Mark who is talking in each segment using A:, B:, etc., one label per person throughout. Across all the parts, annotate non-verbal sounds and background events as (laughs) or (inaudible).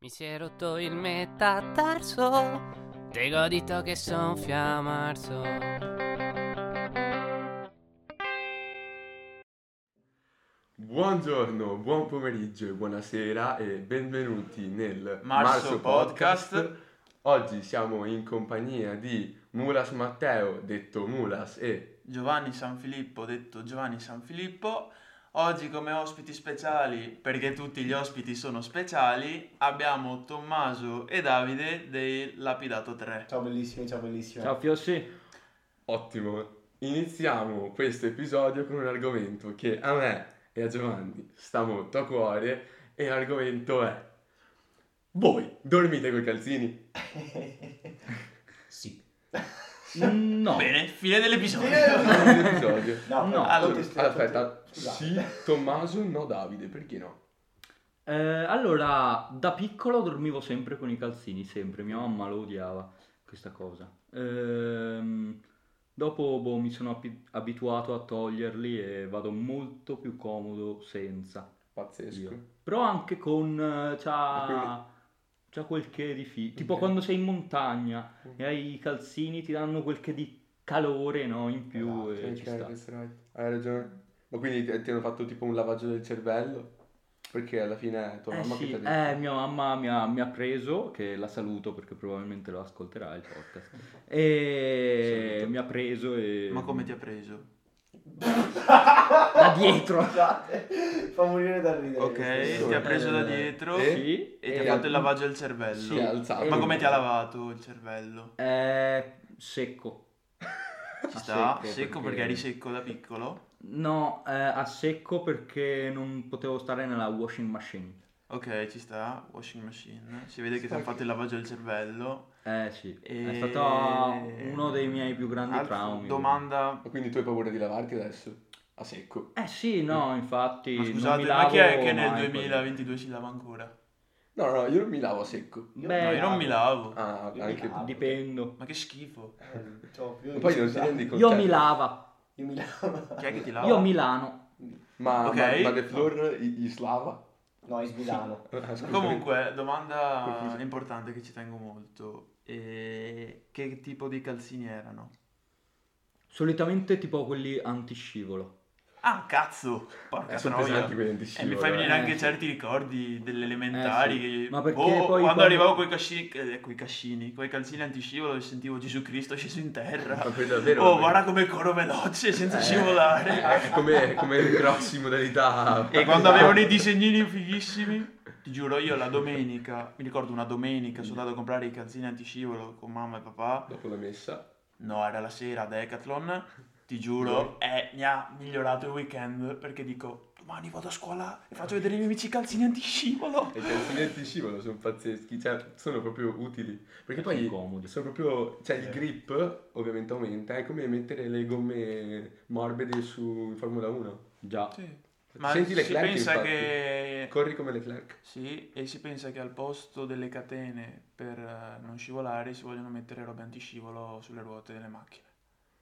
A: Mi si è rotto il metatarso, te godito che son fiammarzo.
B: Buongiorno, buon pomeriggio e buonasera e benvenuti nel
C: Marzo Podcast.
B: Oggi siamo in compagnia di Mulas Matteo, detto Mulas, e
C: Giovanni Sanfilippo, detto Giovanni Sanfilippo. Oggi come ospiti speciali, perché tutti gli ospiti sono speciali, abbiamo Tommaso e Davide del Lapidato 3.
D: Ciao bellissimi, ciao bellissimi.
E: Fiossi.
B: ottimo. Iniziamo questo episodio con un argomento che a me e a Giovanni sta molto a cuore e l'argomento è Voi dormite coi calzini?
D: Sì.
E: No.
C: Bene, fine dell'episodio.
B: Fine dell'episodio.
C: Ah,
D: No,
E: No,
D: allora,
B: Allora,
D: contestuale,
B: aspetta,
D: scusate.
B: sì Tommaso, no Davide, perché no?
E: Eh, allora, da piccolo dormivo sempre con i calzini, sempre. Mia mamma lo odiava, questa cosa. Ehm, dopo, boh, mi sono api- abituato a toglierli e vado molto più comodo senza.
B: Pazzesco.
E: Io. Però anche con... eh,
B: Quindi-
E: C'ha, c'ha quel che di fi... Tipo
B: Ok.
E: quando sei in montagna e hai i calzini ti danno quel che di calore, no? In più
D: Esatto,
E: e
B: Ok,
E: Eh, ci sta.
B: that's right. Hai ragione. Ma quindi ti, ti hanno fatto tipo un lavaggio del cervello? Perché alla fine è tua
E: Eh,
B: mamma
E: sì,
B: che ti ha detto.
E: eh, mia mamma mi ha, mi ha preso, che la saluto perché probabilmente lo ascolterà il podcast,
B: (laughs)
E: e
B: Saluto.
E: mi ha preso e...
C: Ma come ti ha preso?
E: Da dietro!
D: Scusate, fa morire da ridere.
C: Ok,
D: questo.
C: ti ha preso da
E: Eh,
C: dietro
B: eh?
E: Sì,
C: e ti ha
B: eh,
C: fatto il lavaggio al cervello.
B: Sì, ha alzato.
C: Ma come ti ha lavato il cervello?
E: eh, secco.
C: Ci
E: (laughs) A
C: sta? Secco perché eri
E: secco?
C: secco da piccolo?
E: No, eh, a secco perché non potevo stare nella washing machine.
C: Ok, ci sta, washing machine. Si vede che ti ha
B: Spacchi.
C: fatto il lavaggio al cervello.
E: Eh sì, è
C: E-
E: stato uno dei miei più grandi
C: Alf,
E: traumi.
C: Domanda.
B: Ma quindi tu hai paura di lavarti adesso? A secco.
E: Eh sì, no, infatti...
C: Ma
E: non
C: scusate,
E: mi
C: ma chi è
E: lavo
C: che nel
E: mai,
C: 2022 si lava ancora?
B: No, no, io non mi lavo a secco.
E: quello.
C: No,
E: Beh,
C: io non mi lavo.
B: Ah,
D: Io
B: anche
D: mi lavo.
E: dipendo.
C: Ma che schifo.
D: Eh, ciao, io-
B: Ma Poi non ti
D: scusate,
B: rendi conto.
E: Io
B: cioè,
E: mi lava.
D: Io mi lavo.
C: Chi è che ti lava?
E: Io a Milano.
B: Ma,
C: Ok. Eh,
B: ma, ma The Floor gli, gli slava?
D: (laughs) No, in Milano.
B: (laughs) Ah, scusa.
C: Comunque, domanda
B: Confuso.
C: importante che ci tengo molto. E che tipo di calzini erano?
E: Solitamente tipo quelli antiscivolo.
C: Ah, cazzo! Porca
B: Eh, sono
C: troia.
B: pesanti quelli anti
C: E mi fai venire
E: eh,
C: anche
E: sì.
C: certi ricordi delle elementari.
E: Eh, sì.
C: che-
E: Ma perché
C: boh,
E: poi
C: quando
E: quando-
C: arrivavo coi cascini, eh, coi cascini, coi calzini antiscivolo sentivo Gesù Cristo sceso in terra.
B: Ma poi davvero...
C: Oh, guarda come corro veloce senza
B: Eh.
C: scivolare.
B: È come, come cross in modalità...
C: E quando avevano i disegnini fighissimi, ti giuro, io la domenica, mi ricordo una domenica, sono andato a comprare i calzini antiscivolo con mamma e papà.
B: Dopo la messa.
C: No, era la sera a Decathlon. Ti giuro, eh, mi ha migliorato il weekend perché dico, domani vado a scuola e faccio vedere ai miei amici i calzini antiscivolo.
B: E i calzini antiscivolo sono pazzeschi, cioè sono proprio utili. Perché
E: Sono
B: poi
E: comodi.
B: sono proprio, cioè il
D: Eh.
B: grip ovviamente aumenta, è come mettere le gomme morbide su Formula 1.
E: Già.
C: Sì. Ma
B: Senti
C: si
B: Leclerc,
C: pensa
B: infatti.
C: che...
B: Corri come Leclerc.
C: Sì, e si pensa che al posto delle catene per eh, non scivolare si vogliono mettere robe antiscivolo sulle ruote delle macchine.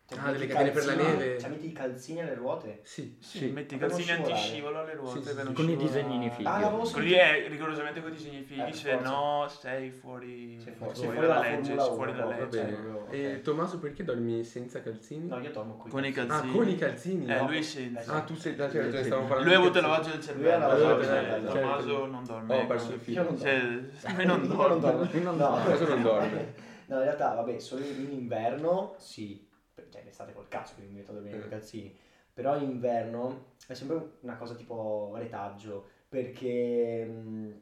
D: Cioè,
B: Ah,
D: metti
B: delle
D: i
B: catene per la
D: calzini-
B: neve.
D: Cioè, metti i calzini alle ruote.
B: Sì.
C: Sì,
E: Sì,
C: metti i
D: per non
C: calzini
D: scivolare.
C: antiscivolo alle ruote
B: Sì, sì,
C: per
B: sì.
C: non
E: Con i
C: scivolare.
E: disegnini fighi.
D: Ah, l'avevo
C: Quelli
D: sentito.
C: è rigorosamente con i disegni fighi,
D: Eh,
C: se
D: forza.
C: no sei fuori,
D: Sei
C: sei
D: fuori-
C: fuori,
D: sei fuori
C: dalla
D: dalla
C: legge,
D: Formula
C: sei fuori
D: uno,
C: dalla
D: no,
B: Va
C: legge.
B: bene.
D: proprio-
B: E
D: ok.
B: Tommaso perché dormi senza calzini?
D: No, io dormo qui.
C: Con i calzini.
B: ah, con i calzini?
C: Eh,
B: no.
C: lui senza.
B: Ah, tu sei... dai, c'hai ragione, stavamo parlando
C: Lui ha
B: di
C: avuto il
B: calzini.
C: lavaggio del
D: Lui ha
C: cervello,
D: lavato
C: sì,
D: il cervello.
C: Tommaso non dorme. ecco.
B: Oh, ho perso il filo.
D: Io non dormo.
C: (laughs) Cioè, me non
D: (laughs) Io
C: dorme.
D: non dormo.
E: Io non
D: No.
E: dormo.
B: Tommaso non
C: (laughs)
B: dorme.
D: No, in realtà, vabbè, solo in inverno, sì, cioè in estate col cazzo, quindi mi metto a dormire con i calzini, però in inverno è sempre una cosa tipo retaggio, perché mh,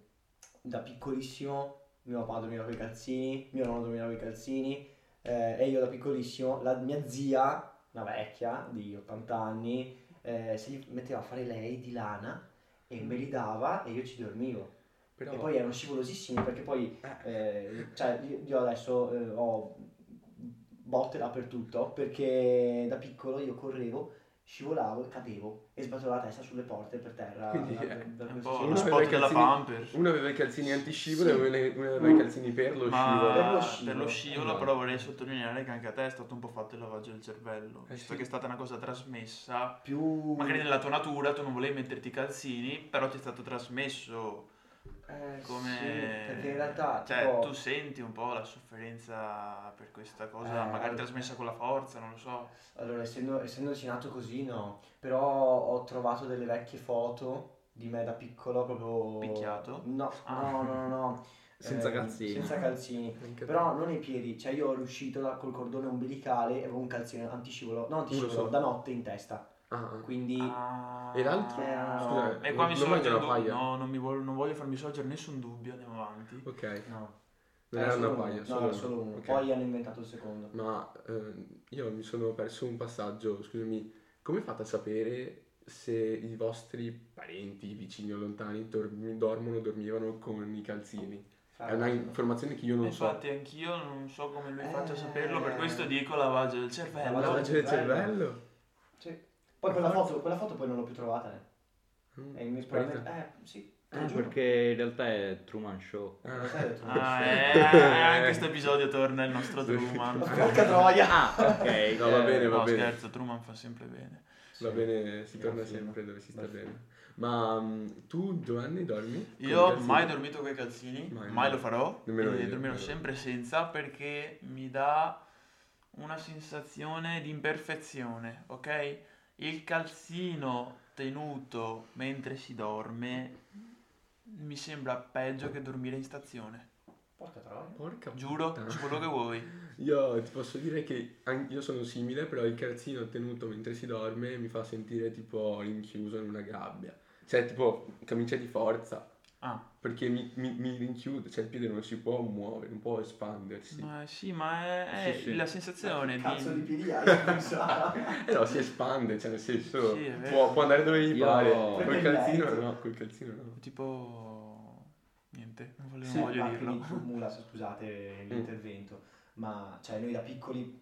D: da piccolissimo mio papà dormiva con i calzini, mio nonno dormiva con i calzini, eh, e io da piccolissimo, la mia zia, una vecchia di 80 anni, eh, si metteva a fare lei di lana e me li dava e io ci dormivo.
B: Però...
D: E poi erano scivolosissimi perché poi,
B: Eh.
D: eh, cioè, io io adesso eh, ho botte dappertutto perché da piccolo io correvo, scivolavo e cadevo e sbattevo la testa sulle porte per terra.
B: Quindi,
D: Da-
B: eh,
D: da- da-
C: È un
D: questo
C: po'
B: Uno
C: lo
B: aveva
D: scivolone.
C: sport
B: i
C: della
B: calzini-
C: Pampers.
B: Uno aveva i calzini antiscivolo
D: Sì.
B: e uno ne- uno aveva i calzini per lo scivolo.
D: Per lo
C: Ma
D: scivolo.
C: per lo scivolo,
B: Esatto.
C: però vorrei sottolineare che anche a te è stato un po' fatto il lavaggio del cervello.
B: Eh,
C: Visto
B: sì.
C: che è stata una cosa trasmessa,
D: Più...
C: magari nella tua natura tu non volevi metterti i calzini, però ti è stato trasmesso
D: Eh,
C: come-
D: sì, perché Perché in realtà,
C: cioè,
D: tipo-
C: tu senti un po' la sofferenza per questa cosa,
D: Eh,
C: magari
D: eh.
C: trasmessa con la forza, non lo so.
D: Allora, essendo, essendoci nato così, no. Però ho trovato delle vecchie foto di me da piccolo proprio...
C: Picchiato?
D: No,
C: Ah.
D: no, no,
C: (laughs)
D: no, no.
E: Senza
D: Eh,
E: calzini.
D: Senza calzini.
B: Anche-
D: Però non i piedi, cioè io ero uscito da- col cordone ombelicale e avevo un calzino antiscivolo, no antiscivolo,
B: solo.
D: da notte in testa.
B: Ah,
D: Quindi...
C: Ah.
B: e l'altro?
D: Eh,
B: Scusa,
C: E qua
B: non-
C: mi
B: non
C: sorge
B: mangia
C: un
B: una paia.
C: dubbio. No, non, mi voglio, non voglio farmi sorgere nessun dubbio, andiamo avanti.
B: Ok.
D: No.
B: Non
D: Era
B: era una
D: Eh, solo uno.
B: paia,
D: No, era solo uno.
B: Ok.
D: Poi hanno inventato il secondo.
B: Ma ehm, io mi sono perso un passaggio, scusami, come fate a sapere se i vostri parenti, vicini o lontani dorm- dormono o dormivano con i calzini?
D: Ah,
B: È una informazione che io non so.
C: Infatti anch'io non so come lui faccia a
D: Eh.
C: saperlo, per questo dico lavaggio del cervello.
B: La
D: Lavaggio
B: lavaggio del cervello?
D: Sì. Poi quella foto, quella foto poi non l'ho più trovata. eh.
B: Mm,
D: E mi
B: sparita.
D: probabilmente... Eh, sì. te lo
E: Ah,
D: giuro.
E: perché in realtà è Truman Show.
B: Ah.
D: Sai, ho detto-
C: Ah, eh, eh, anche questo episodio torna il
B: (laughs)
C: nostro
B: Sì.
D: Ma
C: Truman.
D: (laughs) Porca troia!
E: Ah, ok.
B: No, va
E: eh,
B: bene,
C: No,
B: va bene.
C: scherzo, Truman fa sempre bene.
B: Va bene, si torna
D: Sì,
B: sempre dove si sta
D: Bel film.
B: bene. Ma mm, tu, Giovanni, dormi? con i
C: Io
B: calzini?
C: mai dormito con i calzini,
B: Mai,
C: mai,
B: mai.
C: lo farò,
B: Nemmeno
C: e
B: io,
C: dormirò
B: nemmeno io.
C: sempre senza perché mi dà una sensazione di imperfezione, ok? Il calzino tenuto mentre si dorme mi sembra peggio che dormire in stazione.
D: Porca troia.
B: Porca
C: Giuro,
B: puttana.
C: su
B: (laughs)
C: quello che vuoi.
B: Io ti posso dire che an- io sono simile, però il calzino tenuto mentre si dorme mi fa sentire tipo rinchiuso in una gabbia. Cioè, tipo camicia di forza,
C: Ah,
B: perché mi, mi, mi rinchiudo, cioè il piede non si può muovere, non può espandersi.
C: ma sì, ma è, è
E: Sì, sì.
C: la sensazione di...
D: Cazzo di piedi hai, (laughs) scusa.
B: Eh no, si espande, cioè nel senso
C: Sì, è vero.
B: può, può andare dove gli
E: Io-
B: pare. Col
D: Prende il
B: calzino
D: letto.
B: no, col calzino no.
C: Tipo... Niente, non volevo
B: Sì,
C: non voglio
D: Ah,
C: dirlo.
D: quindi, Mula, scusate l'intervento, ma cioè, noi da piccoli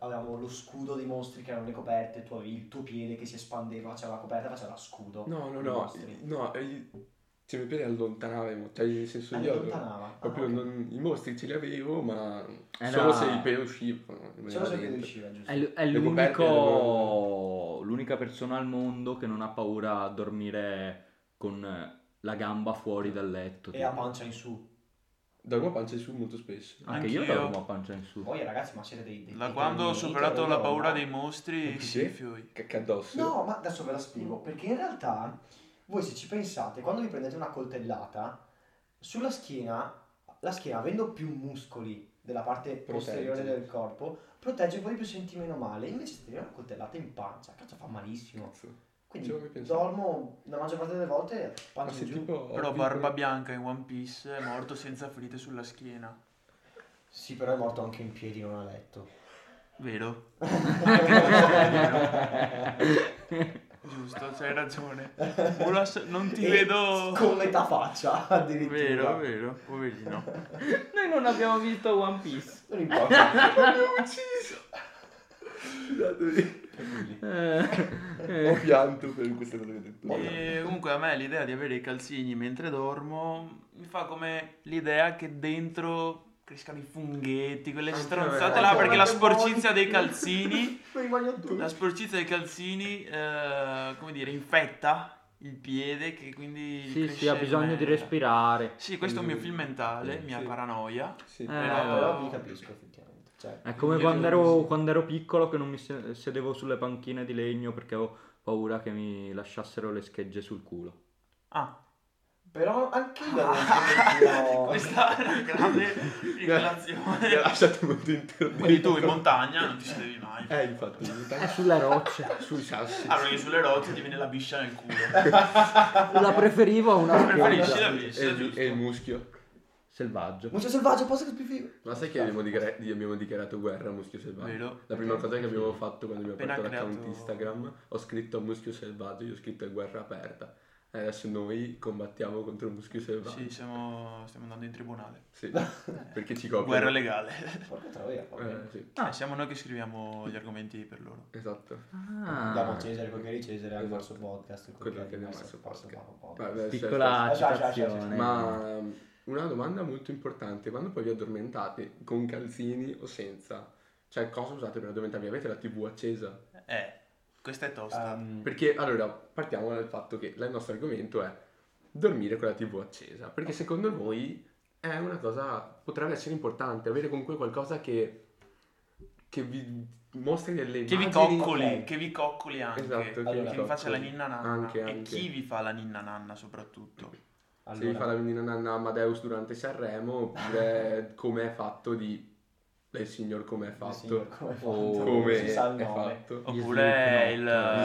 D: avevamo lo scudo dei mostri che erano le coperte, tu avevi il tuo piede che si espandeva, c'era la coperta, faceva scudo.
B: No, no,
D: dei
B: no,
D: mostri.
B: no, eh, cioè i miei piedi allontanavano, cioè nel senso
D: Ah, li
B: io
D: allontanava. Ah,
B: proprio
D: ok. Eh,
B: non- i mostri ce li avevo, ma
E: Era-
B: solo se i piedi uscivano.
D: Solo se
B: veramente. Eh,
D: riusciva, giusto?
E: eh, È, l- è
B: Le coperte
E: l'unico,
B: erano-
E: l'unica persona al mondo che non ha paura a dormire con la gamba fuori dal letto.
D: E a
E: tipo.
D: pancia in su.
B: Dormo a pancia in su molto spesso.
C: Ah.
E: Anche io
C: Anch'io.
E: dormo a pancia in su.
D: Poi ragazzi, ma siete dei... dei
C: Da
D: dei
C: quando ho
D: termini,
C: superato la
D: però,
C: paura
D: no.
C: dei mostri,
B: Sì.
C: sì, fioi.
B: Cacca addosso.
D: No, ma adesso ve la spiego, perché in realtà voi se ci pensate, quando vi prendete una coltellata, sulla schiena, la schiena avendo più muscoli della parte posteriore del corpo, protegge un po' di più, senti meno male, invece se ti viene una coltellata in pancia, cazzo fa malissimo.
B: Cazzo.
D: Quindi
B: Ci avevo mai pensato.
D: dormo la maggior parte delle volte
B: Cioè, Ma
D: pancia
B: se
D: in giù.
B: tipo...
C: Però Barba Bianca in One Piece è morto senza ferite sulla schiena.
D: Sì, però è morto anche in piedi, non a letto.
C: (laughs) Vero? Giusto,
B: (laughs)
C: c'hai ragione. Ora so- non ti
D: E
C: vedo...
D: Con metà faccia, addirittura.
C: Vero, vero, poverino.
E: Noi non abbiamo visto One Piece.
C: (laughs)
D: Non importa.
B: (laughs)
E: Eh,
C: Eh.
B: Ho pianto per questa cosa che ho detto.
C: E comunque a me l'idea di avere i calzini mentre dormo mi fa come l'idea che dentro crescano i funghetti, quelle
B: Anche
C: stronzate
B: me,
C: là,
B: anche
C: perché
B: me.
C: la sporcizia dei calzini...
D: Mi voglio tu.
C: La sporcizia dei calzini, eh, come dire, infetta il piede che quindi...
E: Sì,
C: cresce
E: sì, ha bisogno di
C: meglio.
E: respirare.
C: Sì, questo è un mio film mentale,
B: Sì.
C: mia paranoia.
B: Sì.
E: Eh,
D: Eh, no, però vi
C: Eh,
D: capisco effettivamente. Cioè,
E: È come
B: Io
E: quando
B: credo di
E: ero,
B: sì.
E: quando ero piccolo che non mi se- sedevo sulle panchine di legno perché avevo paura che mi lasciassero le schegge sul culo.
C: Ah,
D: Però anche io
B: (laughs)
D: avevo
B: Eh.
D: un po'
C: (laughs)
D: di-
C: questa è una grande
B: Mi ha
C: (laughs) rivelazione.
B: lasciato molto intermedio.
C: Quindi tu in montagna non ti sedevi mai.
B: Eh, infatti, in
E: È
B: montagna...
E: sulle rocce.
B: Sui sassi.
C: Allora io sulle rocce ti viene la biscia nel culo.
E: (laughs) La preferivo a una
C: Preferisci
E: scheggia
C: la
B: E
C: biscia,
B: il, e il
C: giusto?
B: muschio.
E: selvaggio.
D: Muccio selvaggio, posso che più figo.
B: Ma sai che abbiamo, dichiara- abbiamo dichiarato guerra a Muschio Selvaggio?
C: Ah, Vero.
B: La prima cosa che abbiamo fatto quando abbiamo
C: Appena
B: aperto l'account
C: creato-
B: Instagram, ho scritto Muschio Selvaggio, io ho scritto guerra aperta. E adesso noi combattiamo contro Muschio Selvaggio.
C: (laughs) Sì, siamo, stiamo andando in tribunale. (laughs)
B: Sì, perché ci coprono.
C: Guerra legale. (laughs)
D: Porca troia, va bene.
B: Eh, sì,
C: Eh, siamo noi che scriviamo gli argomenti per loro.
B: esatto.
D: Diamo a
E: Ah,
D: Cesare quel che è di Cesare, al
B: Esatto.
D: nostro podcast.
B: Quello che
D: abbiamo
B: abbiamo messo il podcast.
D: podcast.
B: Vabbè,
E: Ah, piccola
D: certo.
E: citazione.
B: Ma um, una domanda molto importante, quando poi vi addormentate, con calzini o senza? Cioè, cosa usate per addormentarvi? Avete la TV accesa?
C: Eh, questa è
B: Ah,
C: tosta.
D: Ehm,
B: Perché, allora, partiamo dal fatto che la- il nostro argomento è dormire con la TV accesa. Perché secondo voi è una cosa, potrebbe essere importante, avere comunque qualcosa che, che vi mostri delle
C: Che vi
B: immagini- eh.
C: coccoli,
D: ok.
C: che vi coccoli anche.
B: Esatto, che vi
C: che vi
B: coccoli.
C: faccia la ninna nanna.
B: Anche,
C: e
B: anche.
C: chi vi fa la ninna nanna soprattutto.
B: Se vi fa la menina nanna Amadeus durante Sanremo,
D: (laughs)
B: oppure come è fatto di... del signor come è fatto.
D: come è fatto?
E: Oh,
B: come
D: si sa il
B: è
D: nome.
B: fatto
C: Oppure il,
E: Slipknot,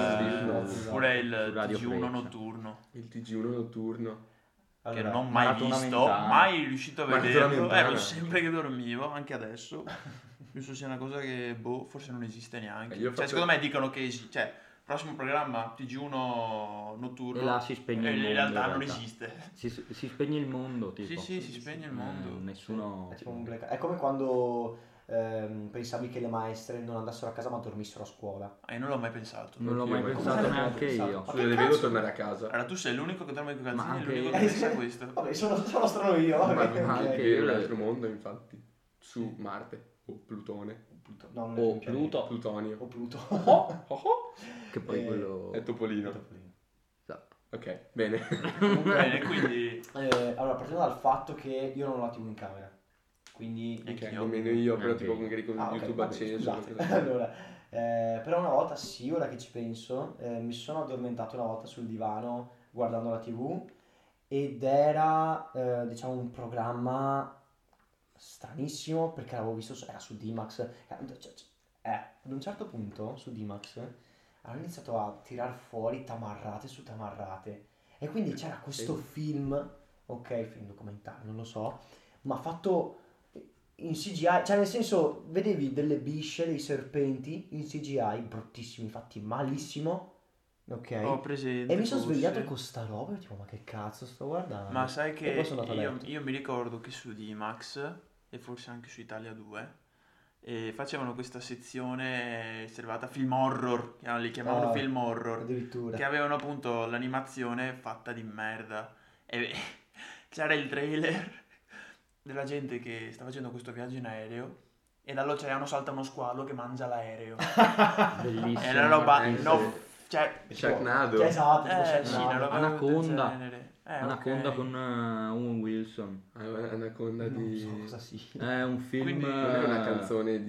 B: gli Slipknot,
C: oppure il
E: su
B: Esatto.
E: Radio
C: TG1
E: Freccia.
C: notturno
B: il TG1 notturno.
C: che
D: Allora,
C: non ho mai
E: maratona
C: visto,
E: mentana.
C: mai riuscito a
B: Maratona
C: vederlo.
B: mentana.
C: Ero sempre che dormivo, anche adesso. Penso sia una cosa che boh, forse non esiste neanche.
B: Eh, io ho
C: Cioè,
B: fatto-
C: secondo me dicono che esi- cioè, prossimo programma TG1 notturno
E: E là si spegne
C: eh,
E: il
C: in
E: mondo.
C: realtà non esiste.
E: Si, si spegne il mondo, tipo.
C: Sì, sì, si spegne il mondo.
E: Eh, nessuno...
D: È, tipo un blackout. È come quando ehm, pensavi che le maestre non andassero a casa ma dormissero a scuola.
C: Ah, io non l'ho mai pensato.
E: Non l'ho mai
B: Come
E: pensato
D: sarebbe
E: neanche
D: pensato?
E: io.
D: Ma
B: Scusa,
D: che
B: le
D: cazzo?
B: vedo tornare a casa.
C: Allora, tu sei l'unico che dorme con i
E: Ma
C: calzini e
E: anche
C: l'unico che
E: io.
C: pensa a questo.
D: (laughs) Vabbè, sono, sono solo io.
B: Ma
D: vabbè,
E: ma
D: ok.
E: anche
B: anche
E: io
B: in un
E: le-
B: altro mondo, infatti. Su Marte o Plutone.
D: Pluto- no, non è
E: Oh,
D: un pianeta.
E: Pluto.
D: O
B: Plutonio.
D: Pluto.
B: Oh,
D: (laughs)
B: oh.
E: Che poi
D: Eh,
E: quello...
B: È Topolino.
E: Esatto.
B: Ok, bene.
C: Bene, quindi
D: Eh, allora, partendo dal fatto che io non ho la TV in camera, quindi
C: Anche
B: (laughs) Ok,
C: io.
B: nemmeno io, però
E: Anche
B: tipo
E: io.
B: magari con
D: Ah, ok,
B: Ecco, YouTube
D: vabbè,
B: acceso.
D: scusate. (laughs)
B: una cosa del genere.
D: allora, eh, però una volta sì, ora che ci penso, eh, mi sono addormentato una volta sul divano guardando la TV ed era, eh, diciamo, un programma stranissimo perché l'avevo visto, su- era su D-Max. eh, cioè, cioè, eh, ad un certo punto su D-Max hanno iniziato a tirar fuori tamarrate su tamarrate e quindi
C: Eh,
D: c'era questo film, ok, film documentario, non lo so, ma fatto in CGI, cioè nel senso vedevi delle bisce, dei serpenti in CGI, bruttissimi, fatti malissimo, ok?
C: ho presente.
D: e mi sono
C: forse.
D: svegliato con sta roba e tipo ma che cazzo sto guardando?
C: Ma sai che
D: E poi sono andato a
C: io,
D: letto.
C: io mi ricordo che su D-Max e forse anche su Italia 2 eh, facevano questa sezione eh, servata film horror, che li chiamavano
D: Ah,
C: film horror,
D: Addirittura.
C: che avevano appunto l'animazione fatta di merda. E (laughs) c'era il trailer della gente che sta facendo questo viaggio in aereo e dall'oceano salta uno squalo che mangia l'aereo.
E: Bellissimo.
C: È una roba
B: Eh,
C: no,
B: sì.
C: cioè
D: Tipo-
B: Sharknado.
D: Cioè, esatto, tipo
C: eh,
D: Sharknado.
C: sì, una roba
E: Anaconda.
C: del genere. Eh,
E: Anaconda
C: ok.
E: con eh, Owen Wilson.
B: Ah, è Anaconda
D: Non
B: di...
D: so cosa sia.
E: È un film...
C: Quindi-
B: Non è una
E: eh,
B: canzone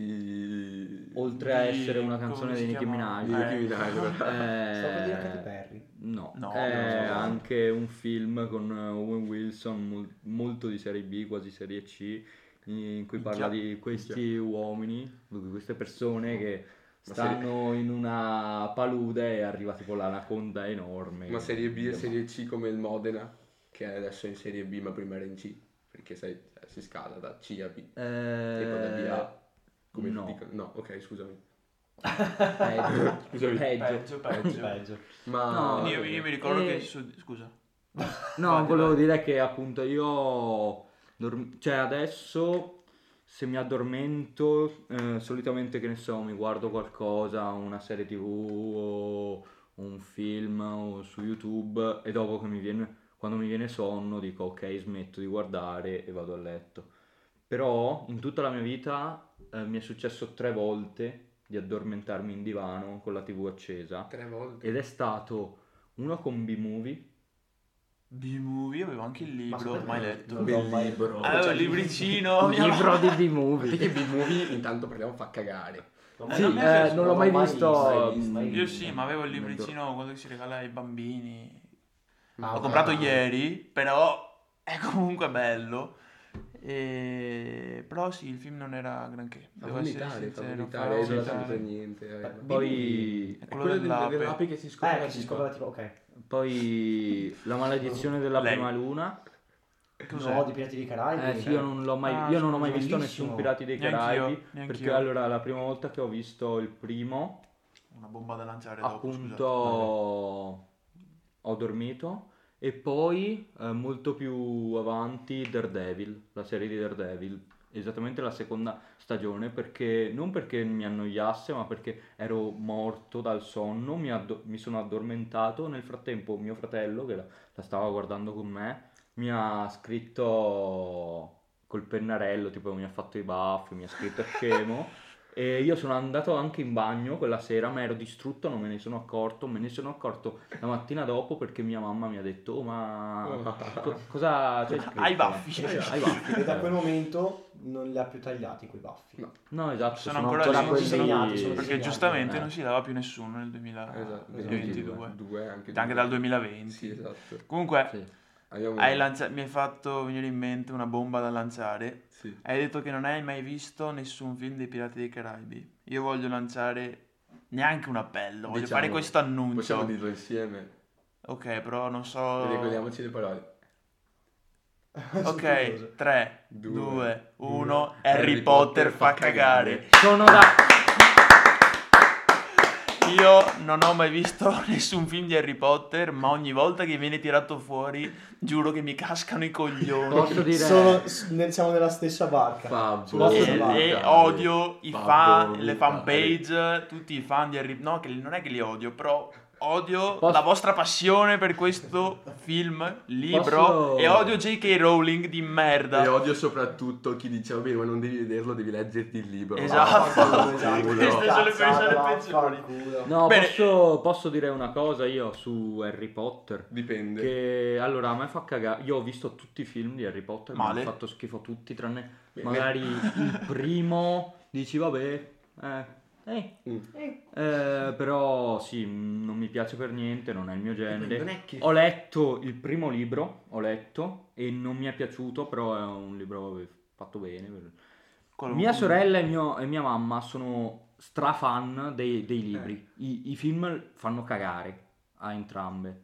B: di...
E: Oltre a
C: di-
E: essere una
C: come
E: canzone
C: si
E: di Nicki
C: chiama?
E: Minaj.
B: Di
C: Eh.
B: Nicki Minaj, però.
E: Eh,
D: Sto per dire Katy Perry.
E: No,
C: No,
E: è
D: no, no.
E: anche un film con eh, Owen Wilson mol- molto di serie B, quasi serie C, in cui parla di questi uomini, di queste persone che
B: Ma
E: stanno in una palude e arriva tipo l'anaconda enorme.
B: Ma serie B e serie C come il Modena, che adesso è in serie B ma prima era in C, perché sai, si scala da C a B.
E: Eh,
B: Tipo da B a... Come
E: no.
B: dicono? No, ok, scusami.
E: Peggio.
B: (laughs) Scusami.
C: Peggio,
E: Peggio.
C: peggio.
D: Peggio.
B: Ma...
E: No,
C: Io, io mi ricordo
E: Eh.
C: che su... Scusa.
E: No,
C: Vai,
E: volevo
C: vai.
E: dire che appunto io dorm- cioè adesso se mi addormento eh, solitamente che ne so, mi guardo qualcosa, una serie TV o un film o su YouTube e dopo che mi viene quando mi viene sonno dico ok, smetto di guardare e vado a letto. Però in tutta la mia vita eh, mi è successo tre volte di addormentarmi in divano con la TV accesa
B: Tre volte.
E: ed è stato uno con B-Movie
C: B-Movie, avevo anche il libro,
D: aspetta,
C: ormai
D: no,
C: letto.
D: no.
B: Bel
D: mai-
B: libro.
D: Ah,
C: Avevo
D: Cioè,
C: il libricino.
E: Un
C: mia
E: libro
C: mamma-
E: di
B: Perché
E: B-Movie.
B: B-Movie, intanto parliamo, fa cagare.
D: Non,
E: Sì,
C: non mi è
E: eh, non l'ho mai visto. mm,
C: Io sì, ma avevo il
E: non
C: libricino quando si regala ai bambini.
E: Ah,
B: Ma
C: L'ho Ah, comprato ieri, però è comunque bello. E... Però sì, il film non era granché.
B: Fa
C: Devo essere
B: vomitare, fa
C: sincero. fa
B: vomitare, non
C: vomitare.
B: c'entra niente. eh.
E: Boh, Poi,
C: È
B: È quello
C: quello
B: del-
C: dell'ape.
B: dell'ape che si
D: Eh,
B: scopre.
D: che si scopre tipo, ok.
E: poi la maledizione della
C: Lei.
E: prima luna.
C: Cos'è?
D: No, di Pirati dei Caraibi.
E: Eh, sì, io non l'ho mai,
C: Ah,
E: io non ho mai visto
D: bellissimo.
E: nessun Pirati dei
C: Neanch'io,
E: Caraibi.
C: neanch'io.
E: Perché allora la prima volta che ho visto il primo,
C: Una bomba da lanciare dopo,
E: appunto,
C: scusate.
E: ho dormito. E poi, eh, molto più avanti, Daredevil, la serie di Daredevil. Esattamente la seconda stagione, perché non perché mi annoiasse, ma perché ero morto dal sonno, mi, addo- mi sono addormentato. Nel frattempo, mio fratello, che la, la stava guardando con me, mi ha scritto col pennarello, tipo mi ha fatto i baffi, mi ha scritto scemo. E io sono andato anche in bagno quella sera, ma ero distrutto, non me ne sono accorto. Me ne sono accorto la mattina dopo perché mia mamma mi ha detto: "Oh, ma co- cosa c'è scritto?"
C: Ai baffi.
E: Ai baffi.
D: E da quel momento non li ha più tagliati quei baffi. (laughs)
B: No.
E: No, esatto,
C: Sono ancora lì,
E: quelli-
C: sono
D: insegnati, sono
C: Perché
D: insegnati,
C: giustamente
E: eh.
C: non si lava più nessuno nel 2000
B: Esatto,
C: 2022.
B: Due, anche,
C: Anche dal 2020.
B: Sì, esatto.
C: Comunque,
E: Sì.
B: Abbiamo-
C: hai lancia- mi hai fatto venire in mente una bomba da lanciare.
B: Sì.
C: Hai detto che non hai mai visto nessun film dei Pirati dei Caraibi. Io voglio lanciare neanche un appello, voglio
B: Diciamo,
C: fare questo annuncio.
B: Possiamo dirlo insieme.
C: Ok, però non
B: E
C: so.
B: Ricordiamoci le parole.
C: Ok,
B: (laughs)
C: 3,
B: Due,
C: 2,
B: uno.
C: 1. Harry Potter fa cagare.
E: Sono da
C: Io non ho mai visto (laughs) nessun film di Harry Potter, ma ogni volta che viene tirato fuori, giuro che mi cascano i coglioni.
E: posso dire
D: Sono, s- ne- siamo nella stessa barca.
B: Fabio.
C: E,
D: Sulla stessa
B: Eh,
D: barca.
C: e
B: Dai.
C: odio i fan,
B: Babbo,
C: le
B: dai.
C: fanpage, tutti i fan di Harry No, che non è che li odio, però odio
E: Posso-
C: la vostra passione per questo film, libro
E: Posso-
C: e odio J.K. Rowling di merda.
B: E odio soprattutto chi dice, vabbè, ma non devi vederlo, devi leggerti il libro.
C: Esatto.
B: Vaffanculo.
C: Queste sono le persone peggiori.
D: peggiori.
E: No,
C: Bene.
E: posso, posso dire una cosa io su Harry Potter?
B: Dipende.
E: Che allora a me fa cagare. Io ho visto tutti i film di Harry Potter, mi
C: Male.
E: hanno fatto schifo tutti, tranne
B: Beh,
E: magari il primo. Dici, vabbè, eh, eh,
B: Mm.
E: eh, però sì, mh, non mi piace per niente, non è il mio genere.
B: Non è
E: (laughs)
B: che...
E: Ho letto il primo libro, ho letto, e non mi è piaciuto, però è un libro vabbè, fatto bene. per-
C: Qualunque-
E: mia sorella e, mio- e mia mamma sono strafan dei,
C: Eh.
E: dei libri. I, i film fanno cagare a entrambe.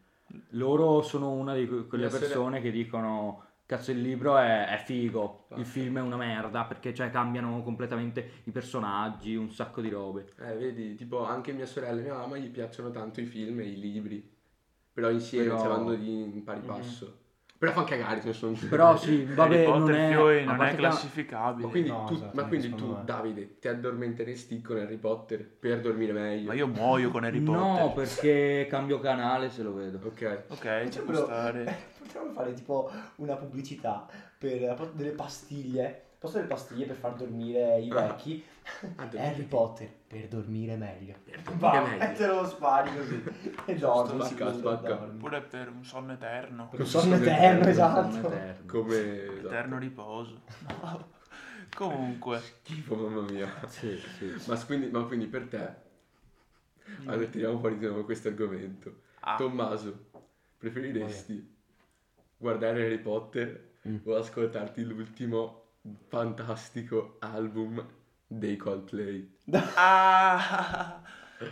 E: Loro sono una di que- quelle
B: Mia sorella-
E: persone che dicono cazzo il libro è, è figo,
B: Porca.
E: il film è una merda perché cioè, cambiano completamente i personaggi, un sacco
C: (laughs)
E: di robe.
B: Eh, vedi, tipo anche mia sorella e mia mamma gli piacciono tanto i film e i libri. Però insieme
E: Però-
B: cioè, vanno di in pari
C: Mhm.
B: passo. Però fan cagare, ce ne sono
E: Però sì,
C: Harry
E: vabbè,
C: Potter
E: non è,
C: Fiori
E: a
C: non è
E: parte
B: (laughs)
E: che-
B: Ma
C: classificabile.
B: quindi
D: No,
B: tu,
D: esatto,
B: ma quindi
D: secondo
B: tu,
D: me.
B: Davide, ti addormenteresti con Harry Potter per dormire meglio?
C: Ma io muoio con Harry Potter.
E: No, perché cambio canale se lo vedo.
B: Ok.
C: Ok, ci può
D: Però-
C: stare.
D: (laughs) Potremmo fare tipo una pubblicità per eh, pro- delle pastiglie. Posso delle pastiglie per far dormire i vecchi? (laughs) Harry Potter per dormire meglio.
B: dormire
D: Bam,
B: meglio.
D: E te lo spari così. E dormi,
B: Spacca,
D: sicuro,
B: spacca.
D: dormi.
C: Oppure per un sonno eterno.
D: Per un sonno eterno, esatto.
E: Eterno.
B: Come...
C: Eterno riposo. (laughs) No. Comunque,
B: Schifo, mamma mia.
E: Sì, sì, sì.
B: Ma s- quindi, ma quindi per te, allora tiriamo fuori di nuovo questo argomento.
C: ah,
B: Tommaso, preferiresti guardare Harry Potter
D: Mm.
B: o ascoltarti l'ultimo fantastico album dei Coldplay?
C: ah,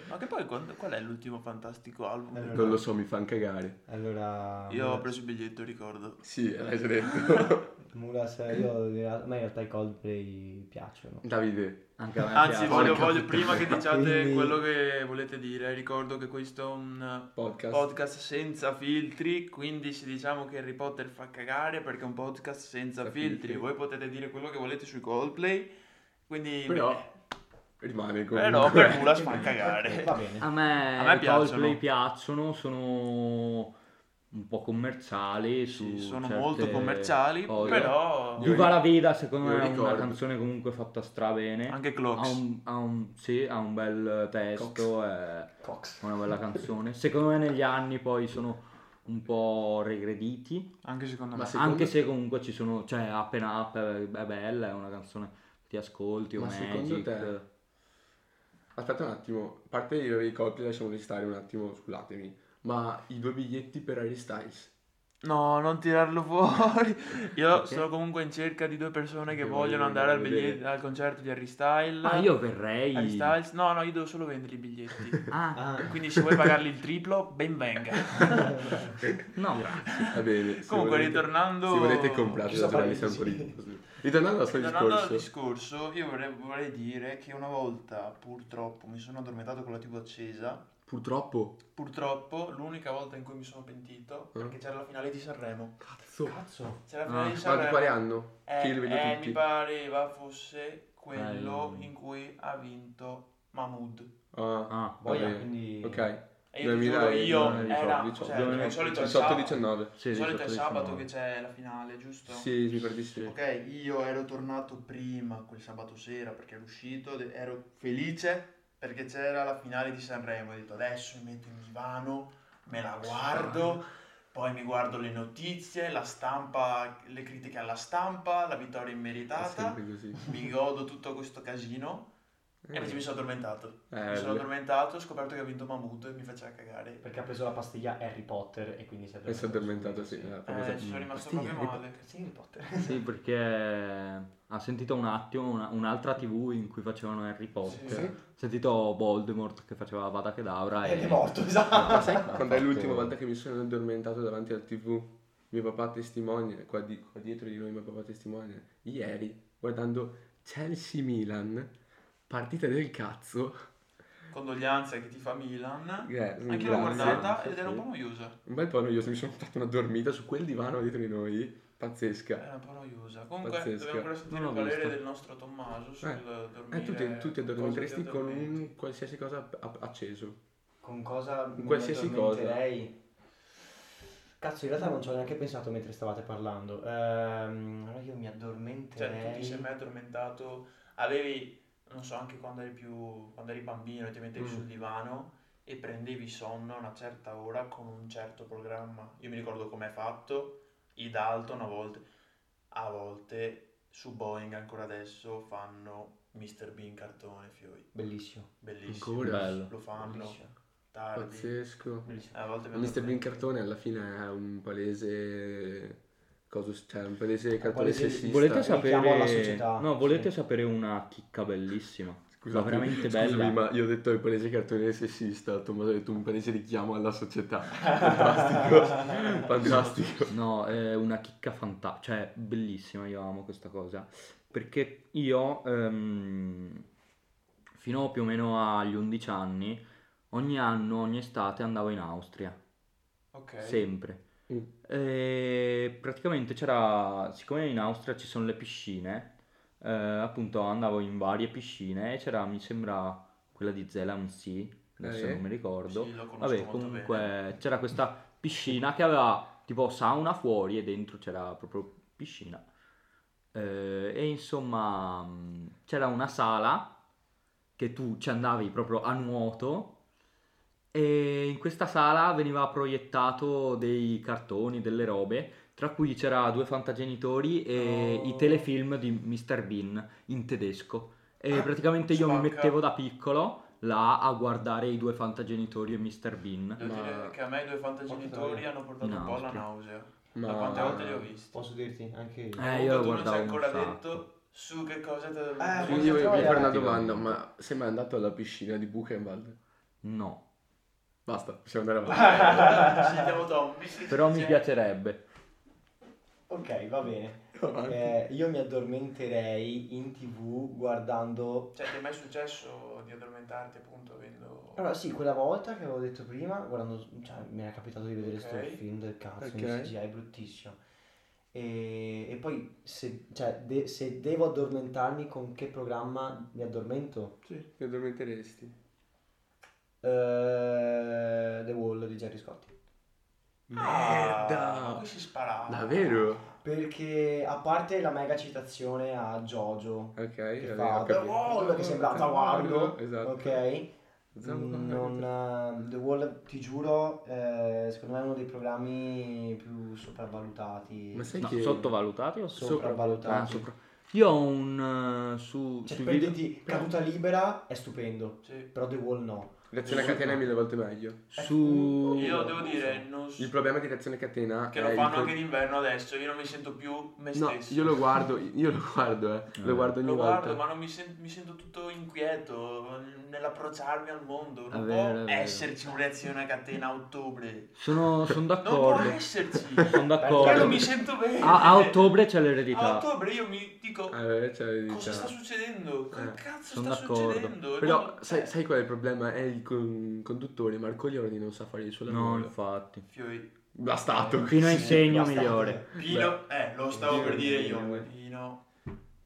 C: ma che poi quando- qual è l'ultimo fantastico album?
D: Allora,
B: Non lo so, mi fan cagare.
D: Allora, eh,
C: Io ho
D: Mula-
C: preso il biglietto, ricordo.
B: Sì, l'hai già detto.
D: Mula, se io, in realtà- a me in realtà i Coldplay piacciono.
B: (laughs) Davide,
E: Anche a me
C: Anzi,
E: piace.
C: voglio,
B: Porca
C: voglio-
B: puttana.
C: prima che diciate
D: Quindi-
C: quello che volete dire, ricordo che questo è un
B: podcast.
C: podcast senza filtri, quindi se diciamo che Harry Potter fa cagare perché è un podcast senza
B: Senza
C: filtri.
B: filtri.
C: voi potete dire quello che volete sui Coldplay, quindi
B: Però rimane comunque.
C: però per Mula fa cagare.
D: Va bene.
E: A me,
C: A me
E: i
C: piacciono.
E: Coldplay piacciono, sono un po' commerciali. Su
C: Sì, sono
E: certe
C: molto commerciali,
E: cose.
C: però
B: Io-
E: Viva la Vida, secondo
B: io
E: me, è una
B: ricordo.
E: canzone comunque fatta strabene.
C: anche
E: ha
C: Clocks.
E: un, ha un- sì, ha un bel testo, è
D: Cox.
E: una bella canzone. Secondo me negli anni poi sono un po' regrediti,
C: Anche secondo me.
B: Ma Secondo-
E: anche se comunque ci sono, cioè Up and Up è è bella, è una canzone che ti ascolti o
B: (laughs) Ma secondo
E: Magic.
B: te- Aspetta un attimo, a parte i Coldplay lasciamoli stare un attimo, scusatemi. Ma i due biglietti per Harry Styles?
C: No, non tirarlo (laughs) fuori. Io
E: Perché?
C: sono comunque in cerca di due persone che
B: Che
C: vogliono
B: vogliono
C: andare al,
B: vedere.
C: biglietto- al concerto di Harry Style.
E: Ah, io verrei.
C: Harry Styles. No, no, io devo solo vendere i biglietti.
E: Ah,
D: Ah.
C: Quindi se vuoi pagarli il triplo, ben
E: (laughs)
C: venga.
E: no, grazie.
B: Va bene. se
C: Comunque,
B: volete-
C: ritornando-
B: Se volete comprare
D: Chiusa
B: la trasmissione
D: parentesi.
B: politica. Ritornando al suo
C: Tornando al
B: discorso.
C: discorso, io vorrei, vorrei dire che una volta, purtroppo, mi sono addormentato con la TV accesa.
B: Purtroppo.
C: Purtroppo, l'unica volta in cui mi sono pentito,
B: Mm.
C: perché c'era la finale di Sanremo.
B: Cazzo.
D: Cazzo.
C: C'era la
E: Ah,
C: finale di
B: Ma di
C: Sanremo.
B: quale anno?
C: Eh,
B: Che io li vedo
C: eh,
B: tutti.
C: mi pareva fosse quello
E: Ehm.
C: in cui ha vinto Mahmood.
B: Ah,
E: Ah,
B: va
D: Boia,
B: bene.
D: quindi...
B: Ok.
C: E io, ti giuro,
B: 2000 e
C: io
E: 2018,
C: era,
E: 2018,
C: cioè, di solito è il sabato,
B: 18-19.
E: Sì,
C: di solito è
E: 18,
C: sabato
E: 19.
C: che c'è la finale, giusto?
B: Sì, mi pare di sì.
C: Ok, io ero tornato prima quel sabato sera perché ero uscito, de- ero felice perché c'era la finale di Sanremo. Ho detto adesso mi metto in divano, me la guardo, poi mi guardo le notizie, la stampa, le critiche alla stampa, la
B: Ah,
C: vittoria
B: È
C: immeritata.
B: sempre così.
C: Mi godo tutto questo casino e invece mi sono addormentato.
B: Eh,
C: mi sono
B: beh.
C: addormentato, ho scoperto che ha vinto Mamuto e mi faceva cagare.
D: Perché ha preso la pastiglia Harry Potter e quindi si è
B: E si è
D: addormentato.
B: addormentato, sì.
D: subito,
B: la famosa-
C: Eh, ci sono rimasto
B: Pastiglia,
C: proprio male.
D: Sì, Harry Potter.
E: Sì, perché ha sentito un attimo una- un'altra TV in cui facevano Harry Potter.
C: Sì.
E: Ha sentito Voldemort che faceva Vada Kedavra e
B: Eh.
C: (laughs)
D: Ed è
E: (laughs)
D: morto, esatto.
C: Ah,
E: Ma sai
B: Ma Quando è l'ultima volta che mi sono addormentato davanti al tv, mio papà testimonia, qua, di- qua dietro di noi mio papà testimonia, ieri, guardando Chelsea-Milan, partita del cazzo.
C: Condoglianze che ti fa Milan.
B: Eh,
C: Anche
B: grazie.
C: l'ho guardata
B: Sì,
C: ed era un
B: sì.
C: po' noiosa.
B: Un bel po' noioso, mi sono fatto una dormita su quel divano dietro di noi, pazzesca.
C: Era un po' noiosa. Comunque
B: Pazzesca.
C: dobbiamo ancora sentire
E: Non
C: il
E: l'ho
C: parere
E: visto.
C: del nostro Tommaso sul
B: Eh,
C: dormire.
B: Eh, tu ti, tu ti
C: cosa
B: addormenteresti con
C: addormenti.
B: un qualsiasi cosa ap- ap- acceso.
D: Con cosa mi
B: qualsiasi cosa.
D: addormenterei? Cazzo, in realtà non ci ho neanche pensato mentre stavate parlando. Ehm, allora io mi
C: Cioè, tu ti
D: addormenterei.
C: sei mai addormentato? Avevi, non so, anche quando eri più. quando eri bambino e ti mettevi
B: Mm.
C: sul divano e prendevi sonno a una certa ora con un certo programma. Io mi ricordo com'è fatto. I Dalton a volte. A volte su Boeing ancora asso fanno Mr. Bean cartone fiori.
D: Bellissimo.
C: Bellissimo.
B: Ancora?
E: Bello.
C: Lo fanno
D: Bellissimo.
C: tardi.
B: Pazzesco.
D: bellissimo.
C: A volte mi
B: Mr. Bean
C: addormento.
B: Cartone alla fine è un palese... Cosa, cioè, un palese cartone
D: palese-
B: sessista.
E: Volete
D: Richiamo alla
E: sapere...
D: società,
E: No, volete
D: sì.
E: sapere una chicca bellissima?
B: Scusate,
E: ma veramente
B: scusami,
E: bella.
B: ma io ho detto il palese cartone sessista, Tommaso ha detto un palese richiamo alla società. Fantastico, fantastico.
E: No, è una chicca fantastica, cioè bellissima, io amo questa cosa, perché io ehm, fino più o meno agli 11 anni, ogni anno, ogni estate andavo in Austria,
C: Ok.
E: sempre.
B: Mm.
E: E praticamente c'era, siccome in Austria ci sono le piscine, eh, appunto andavo in varie piscine e c'era, mi sembra, quella di Zeeland Sea, adesso
B: Eh?
E: non mi ricordo.
C: Sì, lo conosco
E: Vabbè,
C: molto
E: comunque
C: bene.
E: c'era questa piscina che aveva tipo sauna fuori e dentro c'era proprio piscina. Eh, e insomma mh, c'era una sala che tu ci andavi proprio a nuoto e in questa sala veniva proiettato dei cartoni, delle robe, tra cui c'era due fantagenitori e
C: Oh.
E: i telefilm di Mr. Bean in tedesco. E
C: Ah,
E: praticamente io mi
C: spacca.
E: mettevo da piccolo là a guardare i due fantagenitori e Mr. Bean.
C: Devo
B: Ma-
C: dire che a me i due fantagenitori hanno portato
E: In
C: un po' alla
E: Austria.
C: nausea.
B: Ma
C: Da quante volte li ho visti?
D: Posso dirti anche io?
E: Eh, io lo
C: tu non ci
E: guardavo
C: hai
E: un
C: ancora
E: sacco.
C: detto su che cosa ti avevo
D: Eh,
B: Quindi io voglio
D: Porca
B: voglio
D: troia.
B: fare una domanda, ma sei mai andato alla piscina di Buchenwald?
E: No,
B: Basta, possiamo andare avanti.
C: Ci sentiamo Tommy.
E: però mi piacerebbe.
D: Ok, va bene.
B: (laughs) Avanti.
D: Eh, io mi addormenterei in tv guardando...
C: Cioè, ti è mai successo di addormentarti appunto avendo...
D: Allora sì, quella volta che avevo detto prima, guardando... Cioè, mi era capitato di vedere sto
C: Ok.
D: film del cazzo
B: Ok.
D: in CGI, bruttissimo. E, e poi, se, cioè, de- se devo addormentarmi, con che programma mi addormento?
B: Sì, ti addormenteresti.
D: Eh, The Wall di Jerry Scotti.
C: Ah, ma qui si sparava.
B: Davvero?
D: Perché a parte la mega citazione a Jojo
B: Ok,
D: che
B: eh,
D: fa
B: ho
D: The
B: capito.
D: Wall che sembra Zawardo,
B: Esatto.
D: ok?
B: Zawardo.
D: Non, eh, The Wall, ti giuro, eh, secondo me è uno dei programmi più sopravvalutati.
B: Ma sai
E: No,
B: che...
E: sottovalutati o
D: Sopravvalutati.
E: Ah, sopra- Io ho un eh, su,
D: Cioè,
E: sui
D: per
E: video-
D: dirti, caduta libera è stupendo,
C: Sì.
D: però The Wall no.
B: Reazione a catena è mille volte meglio.
E: su-
C: Io devo dire, non so-
B: Il problema di reazione a catena
C: che
B: è
C: lo
B: il
C: fanno
B: co-
C: anche d'inverno adesso, io non mi sento più me
B: No,
C: stesso.
B: io lo guardo, io lo guardo, eh. Lo
E: Eh.
B: guardo ogni
C: Lo
B: volta.
C: guardo, ma non mi, sen- mi sento tutto inquieto nell'approcciarmi al mondo. Non
E: È vero,
C: può
E: è vero.
C: esserci una reazione a catena a ottobre.
E: Sono,
C: Non
E: sono
C: può
E: d'accordo.
C: esserci.
E: Sono
C: Io
E: (laughs) d'accordo.
C: non mi sento bene.
E: A, a ottobre c'è
C: A
E: l'eredità.
C: ottobre io mi dico
B: Eh, cioè,
C: cosa
B: diciamo.
C: sta succedendo? Che
B: Eh,
C: cazzo
E: sono
C: sta
E: d'accordo.
C: succedendo?
B: Però
C: No,
B: sai,
C: eh,
B: sai qual è il problema? È il con- conduttore Marcoglioni non sa fare il suo
E: No,
B: lavoro.
E: infatti.
C: Fiori.
B: Bastato.
E: Fino a
D: (laughs) Sì,
E: insegno
D: basta.
E: migliore.
C: Pino, eh, lo stavo
B: Pino,
C: per dire
B: Pino, eh.
C: io. Pino.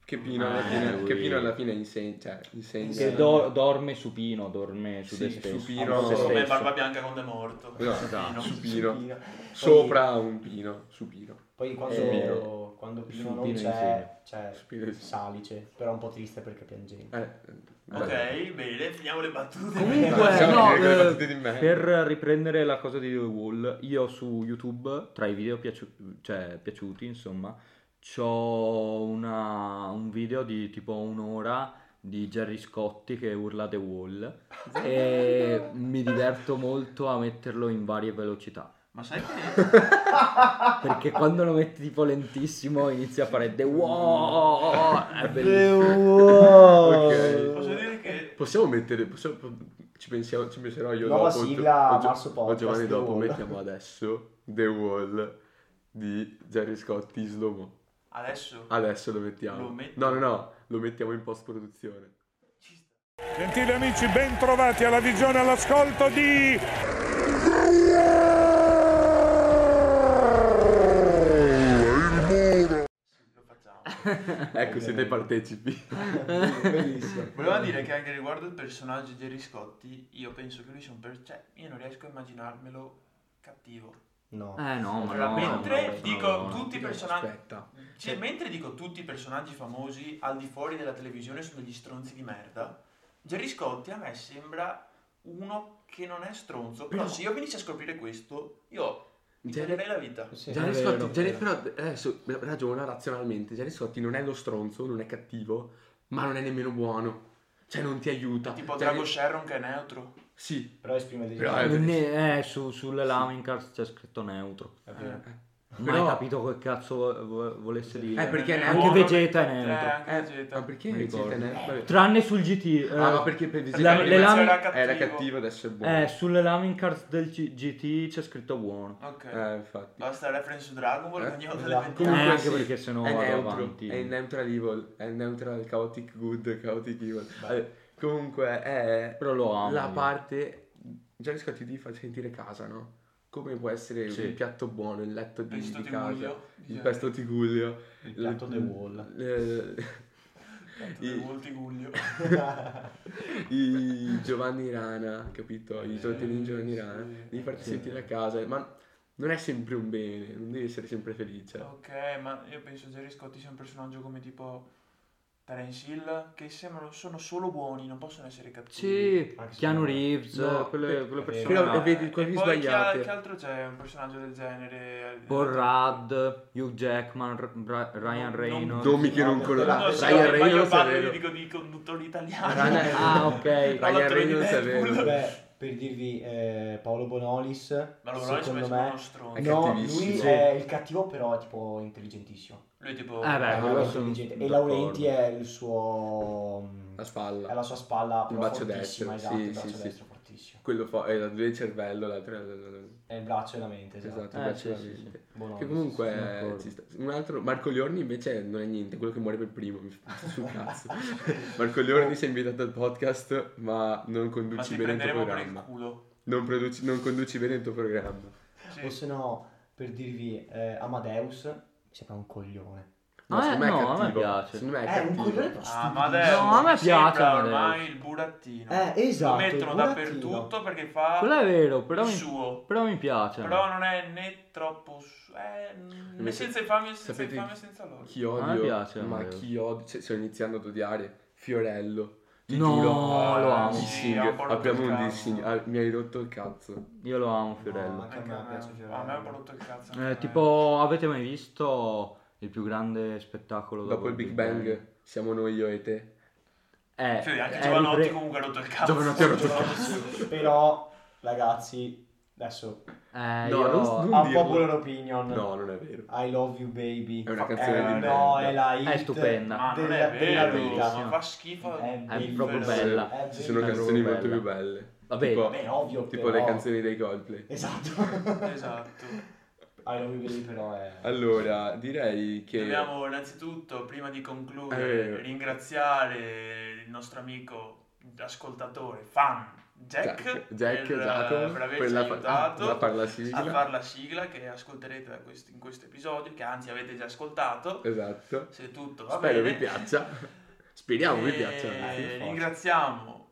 B: Che Pino alla
E: Ah,
B: fine,
E: lui.
B: che Pino alla fine insegna, cioè, insegna.
E: Che do- dorme su Pino, dorme su
B: Sì,
E: te stesso.
B: su Pino.
E: Su se
B: Come
C: Come
E: stesso.
C: Barba Bianca quando è morto.
B: No,
E: esatto.
B: su
D: Pino.
B: Pino. Sopra un Pino, su Pino.
D: Poi, poi
E: Su
D: quando,
B: Pino.
D: quando
E: Su
D: Pino non
E: Pino
D: c'è, c'è
B: Su Pino.
D: Salice, però un po' triste perché
B: (laughs)
D: piangeva.
B: Eh, beh.
C: Ok, bene, finiamo le battute.
E: Comunque,
B: Facciamo
E: no,
B: finire con le
E: eh,
B: battute di merda.
E: per riprendere la cosa di The Wall, io su YouTube, tra i video piaciu- cioè, piaciuti, insomma, c'ho una- un video di tipo un'ora di Jerry Scotti che urla The Wall
B: Eh,
E: e mi diverto molto a metterlo in varie velocità.
C: Ma sai
E: (laughs)
C: che...
E: Perché quando lo metti tipo lentissimo inizia a fare The Wall, è bellissimo.
B: Ok.
C: Posso dire che...
B: Possiamo mettere, possiamo- ci, pensiamo, ci penserò io
D: Nuova
B: dopo.
D: sigla,
B: o Gio-
D: Marzo Podcast,
B: o Giovanni
D: The
B: dopo,
D: Wall.
B: mettiamo adesso The Wall di Jerry Scotti in slow mo.
C: Adesso...
B: Adesso lo mettiamo.
C: Lo metto.
B: No, no, no, lo mettiamo in post-produzione.
E: (laughs)
F: Gentili amici, ben trovati alla visione e all'ascolto di
C: Lo facciamo.
B: Ecco, siete partecipi. (laughs)
D: Bellissimo.
C: Volevo dire che anche riguardo il personaggio di Jerry Scotti, io penso che lui sia un per... Cioè, io non riesco a immaginarmelo cattivo.
D: No.
B: Ah,
E: Eh no, ma no,
C: mentre
E: no, no,
C: dico
E: no, no.
C: tutti i personaggi...
B: Aspetta.
C: Cioè, mentre dico tutti i personaggi famosi al di fuori della televisione sono degli stronzi di merda, Jerry Scotti a me sembra uno che non è stronzo. Però se io venissi a scoprire questo, io mi
B: Jerry- Esatto.
C: toglierei la vita.
D: Sì,
B: Jerry
D: è
B: Scotti,
D: vero.
C: eh.
B: Jerry- però adesso ragiona razionalmente. Jerry Scotti non è lo stronzo, non è cattivo, ma non è nemmeno buono. Cioè, non ti aiuta.
C: Tipo
B: Jerry-
C: Drago Sharon che è neutro.
B: Sì.
D: Però esprime dei
B: Però è-
E: Non è- eh, su- sulle Lamincars c'è scritto neutro.
D: È vero.
E: Non
B: Eh, Però-
E: hai capito che cazzo vo- vo- volesse dire.
B: Eh, perché è
E: anche
B: neutro.
E: Vegeta è
C: Eh,
E: neutro.
C: anche
B: Eh,
C: Vegeta.
B: ma perché
E: Mi ricordo.
B: siete nerd? Vabbè.
E: Tranne sul GT. eh,
B: Ah, ma perché per
E: La-
C: Perché
E: le
C: all'inizio
E: lame-
C: era cattivo.
B: Era cattivo, adesso è buono.
E: eh, sulle Lamincars del G- GT c'è scritto buono.
C: Ok.
B: Eh, infatti.
C: Basta reference su Dragon Ball,
B: Eh,
C: ogni volta
D: esatto.
C: le mettiamo.
E: Comunque- Eh, anche
B: sì,
E: perché sennò
B: è
E: vado
B: neutro,
E: avanti.
B: È il neutral evil, è il neutral chaotic good, chaotic evil. Vabbè, comunque è
E: Però lo amo.
B: la
E: io.
B: parte Jerry Scotti ti fa sentire casa, no? Come può essere
E: Sì.
B: il piatto buono, il letto di,
C: Pesto
B: di
C: di
B: casa,
C: Guglio,
B: il
C: diciamo.
B: pesto di Guglio,
D: Il piatto
B: (laughs)
D: The Wall.
B: le-
C: Tanto
B: i-
C: del multiguglio.
B: i Giovanni Rana, capito? I
C: Eh,
B: tortellini Giovanni Rana,
C: sì.
B: devi farti
E: Sì.
B: sentire a casa, ma non è sempre un bene, non devi essere sempre felice.
C: Ok, ma io penso Jerry Scotti sia un personaggio come tipo Terence Hill, che sembrano sono solo buoni, non possono essere cattivi.
E: Sì,
D: Anche se-
E: Keanu Reeves,
B: No,
E: Cioè, quelle, quelle
D: eh,
E: persone.
B: Però
E: là.
B: eh, vedi
C: E
B: quelli
C: poi chi ha-
B: sbagliati.
C: Che altro c'è un personaggio del genere?
E: Paul Rudd, Hugh Jackman, R- Ra- Ryan
C: Non-
E: Reynolds.
B: Dommi che non
C: No,
B: colorate.
C: sì,
B: Ryan
C: ma io
B: Reynolds è
C: parlo, io
B: vero.
C: dico di conduttori italiani.
B: Ryan-
E: Ah, ok.
C: Tra
B: Ryan
C: l'altro
B: Reynolds
C: di
B: è
C: Deadpool.
B: vero. Eh,
D: Beh, per dirvi, eh, Paolo Bonolis,
C: Ma lo Lorenzo
D: secondo
C: invece è
D: me...
C: uno stronzo.
B: È
D: No,
B: cattivissimo.
D: lui
E: Sì.
D: è il cattivo, però è tipo intelligentissimo.
C: Lui è tipo...
E: Eh, beh,
D: È
E: quello
D: veramente
E: sono
D: intelligente. Ah, E
E: d'accordo.
D: Laurenti è il suo...
B: La
D: è
B: spalla.
D: la sua spalla
B: Il
D: però
B: braccio destro,
D: fortissima, esatto,
B: sì,
D: il braccio
B: sì, sì.
D: destro fortissimo.
B: Quello fa... eh, due il cervello, l'altro è...
D: È il braccio e la mente, esatto.
B: Esatto,
E: Eh,
B: il braccio
E: sì,
B: e la
E: sì,
B: mente.
D: Bonolis,
B: Che comunque
E: sì, sono d'accordo.
B: eh, ci sta. un altro Marco Liorni invece non è niente, quello che muore per primo, mi fa sul
C: (laughs)
B: cazzo. Marco Liorni si è invitato al podcast, ma non
C: ma
B: conduci
C: ti
B: bene il tuo
C: prenderemo per il
B: programma.
C: culo.
B: Non, produci- non conduci bene il tuo programma.
D: O se no, per dirvi, eh, Amadeus mi sembra un coglione.
E: Ah,
B: secondo me
E: no, a me
B: cattivo.
E: piace.
B: Secondo me
D: È,
B: è
D: Eh, un
B: cattivo.
D: coglione però
C: Ah,
D: stupidissimo.
C: ma adesso...
E: No, a me
C: mi sembra
E: piace Amadeus.
C: ormai il burattino.
D: Eh, esatto.
C: Lo mettono
D: il burattino.
C: dappertutto perché fa
E: Quello è vero, però
C: il
E: mi,
C: suo.
E: però mi piace.
C: Però non è né troppo... su- Eh, né
B: Cioè, Invece-
C: senza infamia, senza
B: sapete
C: infamia, senza loro.
B: Chi
E: A me
B: odio,
E: piace,
B: ma
E: Mario.
B: chi odio, cioè, sto iniziando ad odiare Fiorello. Ti
E: No,
B: giuro.
E: lo amo.
B: Dissing,
C: Sì, ha un po' rotto
B: abbiamo
C: il
B: un
C: cazzo.
B: dissing, ah, mi hai rotto il cazzo.
E: Io lo amo,
D: No,
E: Fiorello.
D: anche a
C: Anche
D: me
C: a me.
D: piace Fiorello.
C: Ah, A me ha rotto il cazzo. anche a
E: Eh,
C: me.
E: tipo, avete mai visto il più grande spettacolo dopo,
B: Dopo il Big Bang, siamo noi io e te.
E: Eh,
C: Sì, anche
E: è
C: Giovanotti
E: ripre-
C: comunque ha rotto il cazzo.
B: Giovanotti ha rotto il
D: Però, ragazzi, adesso
E: Eh,
B: No,
E: io-
B: non- non-
D: un
B: dirlo.
D: popular opinion.
B: No, non è vero.
D: I love you baby.
B: È una
D: Fa-
B: canzone
D: eh,
B: di
D: No,
B: merda.
D: è la hit
E: È stupenda.
C: Ma non
D: della-
C: è
D: della
C: vero,
D: vita.
C: ma fa schifo.
D: È
E: È proprio
C: Sì.
E: bella.
D: Eh,
B: Ci sono
E: è proprio
B: canzoni molto
E: bella.
B: più belle.
E: Vabbè,
B: tipo,
D: Beh, ovvio,
B: tipo
D: però.
B: le canzoni dei Coldplay.
D: Esatto.
C: (laughs) Esatto.
D: I love you baby però è...
B: Allora, direi che
C: Dobbiamo innanzitutto, prima di
B: Eh.
C: concludere, ringraziare il nostro amico ascoltatore, fan Jack,
B: Jack,
C: per, eh,
B: Giacomo,
C: per averci
B: quella fa-
C: aiutato
B: ah, a far la sigla.
C: a far la sigla che ascolterete da quest- in questo episodio, che anzi avete già ascoltato,
B: Esatto.
C: se tutto va
B: Spero
C: bene. Eh,
B: vi piaccia. Speriamo vi
C: E
B: piaccia.
D: dai, forza.
C: ringraziamo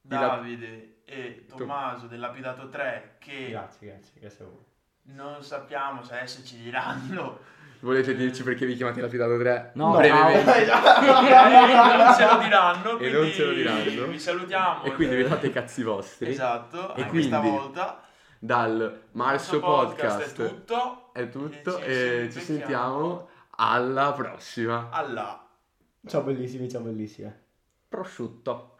B: Dila-
C: Davide e Tommaso del Lapidato 3 che
D: Grazie, grazie, grazie a voi.
C: non sappiamo se adesso ci diranno,
B: (laughs) Volete dirci perché vi chiamate Lapidato 3?
E: No,
B: brevemente.
C: Ah, non ce lo diranno,
B: E
C: quindi
B: non ce lo diranno.
C: vi salutiamo.
B: E quindi vi
C: Eh,
B: fate i cazzi vostri.
C: Esatto,
B: E
C: anche
B: quindi
C: stavolta.
B: Dal marzo
C: Questo
B: podcast,
C: è tutto.
B: è tutto e
C: E ci
B: ci
C: sentiamo.
B: sentiamo alla prossima.
C: Alla
D: Ciao bellissimi, ciao bellissime.
E: Prosciutto.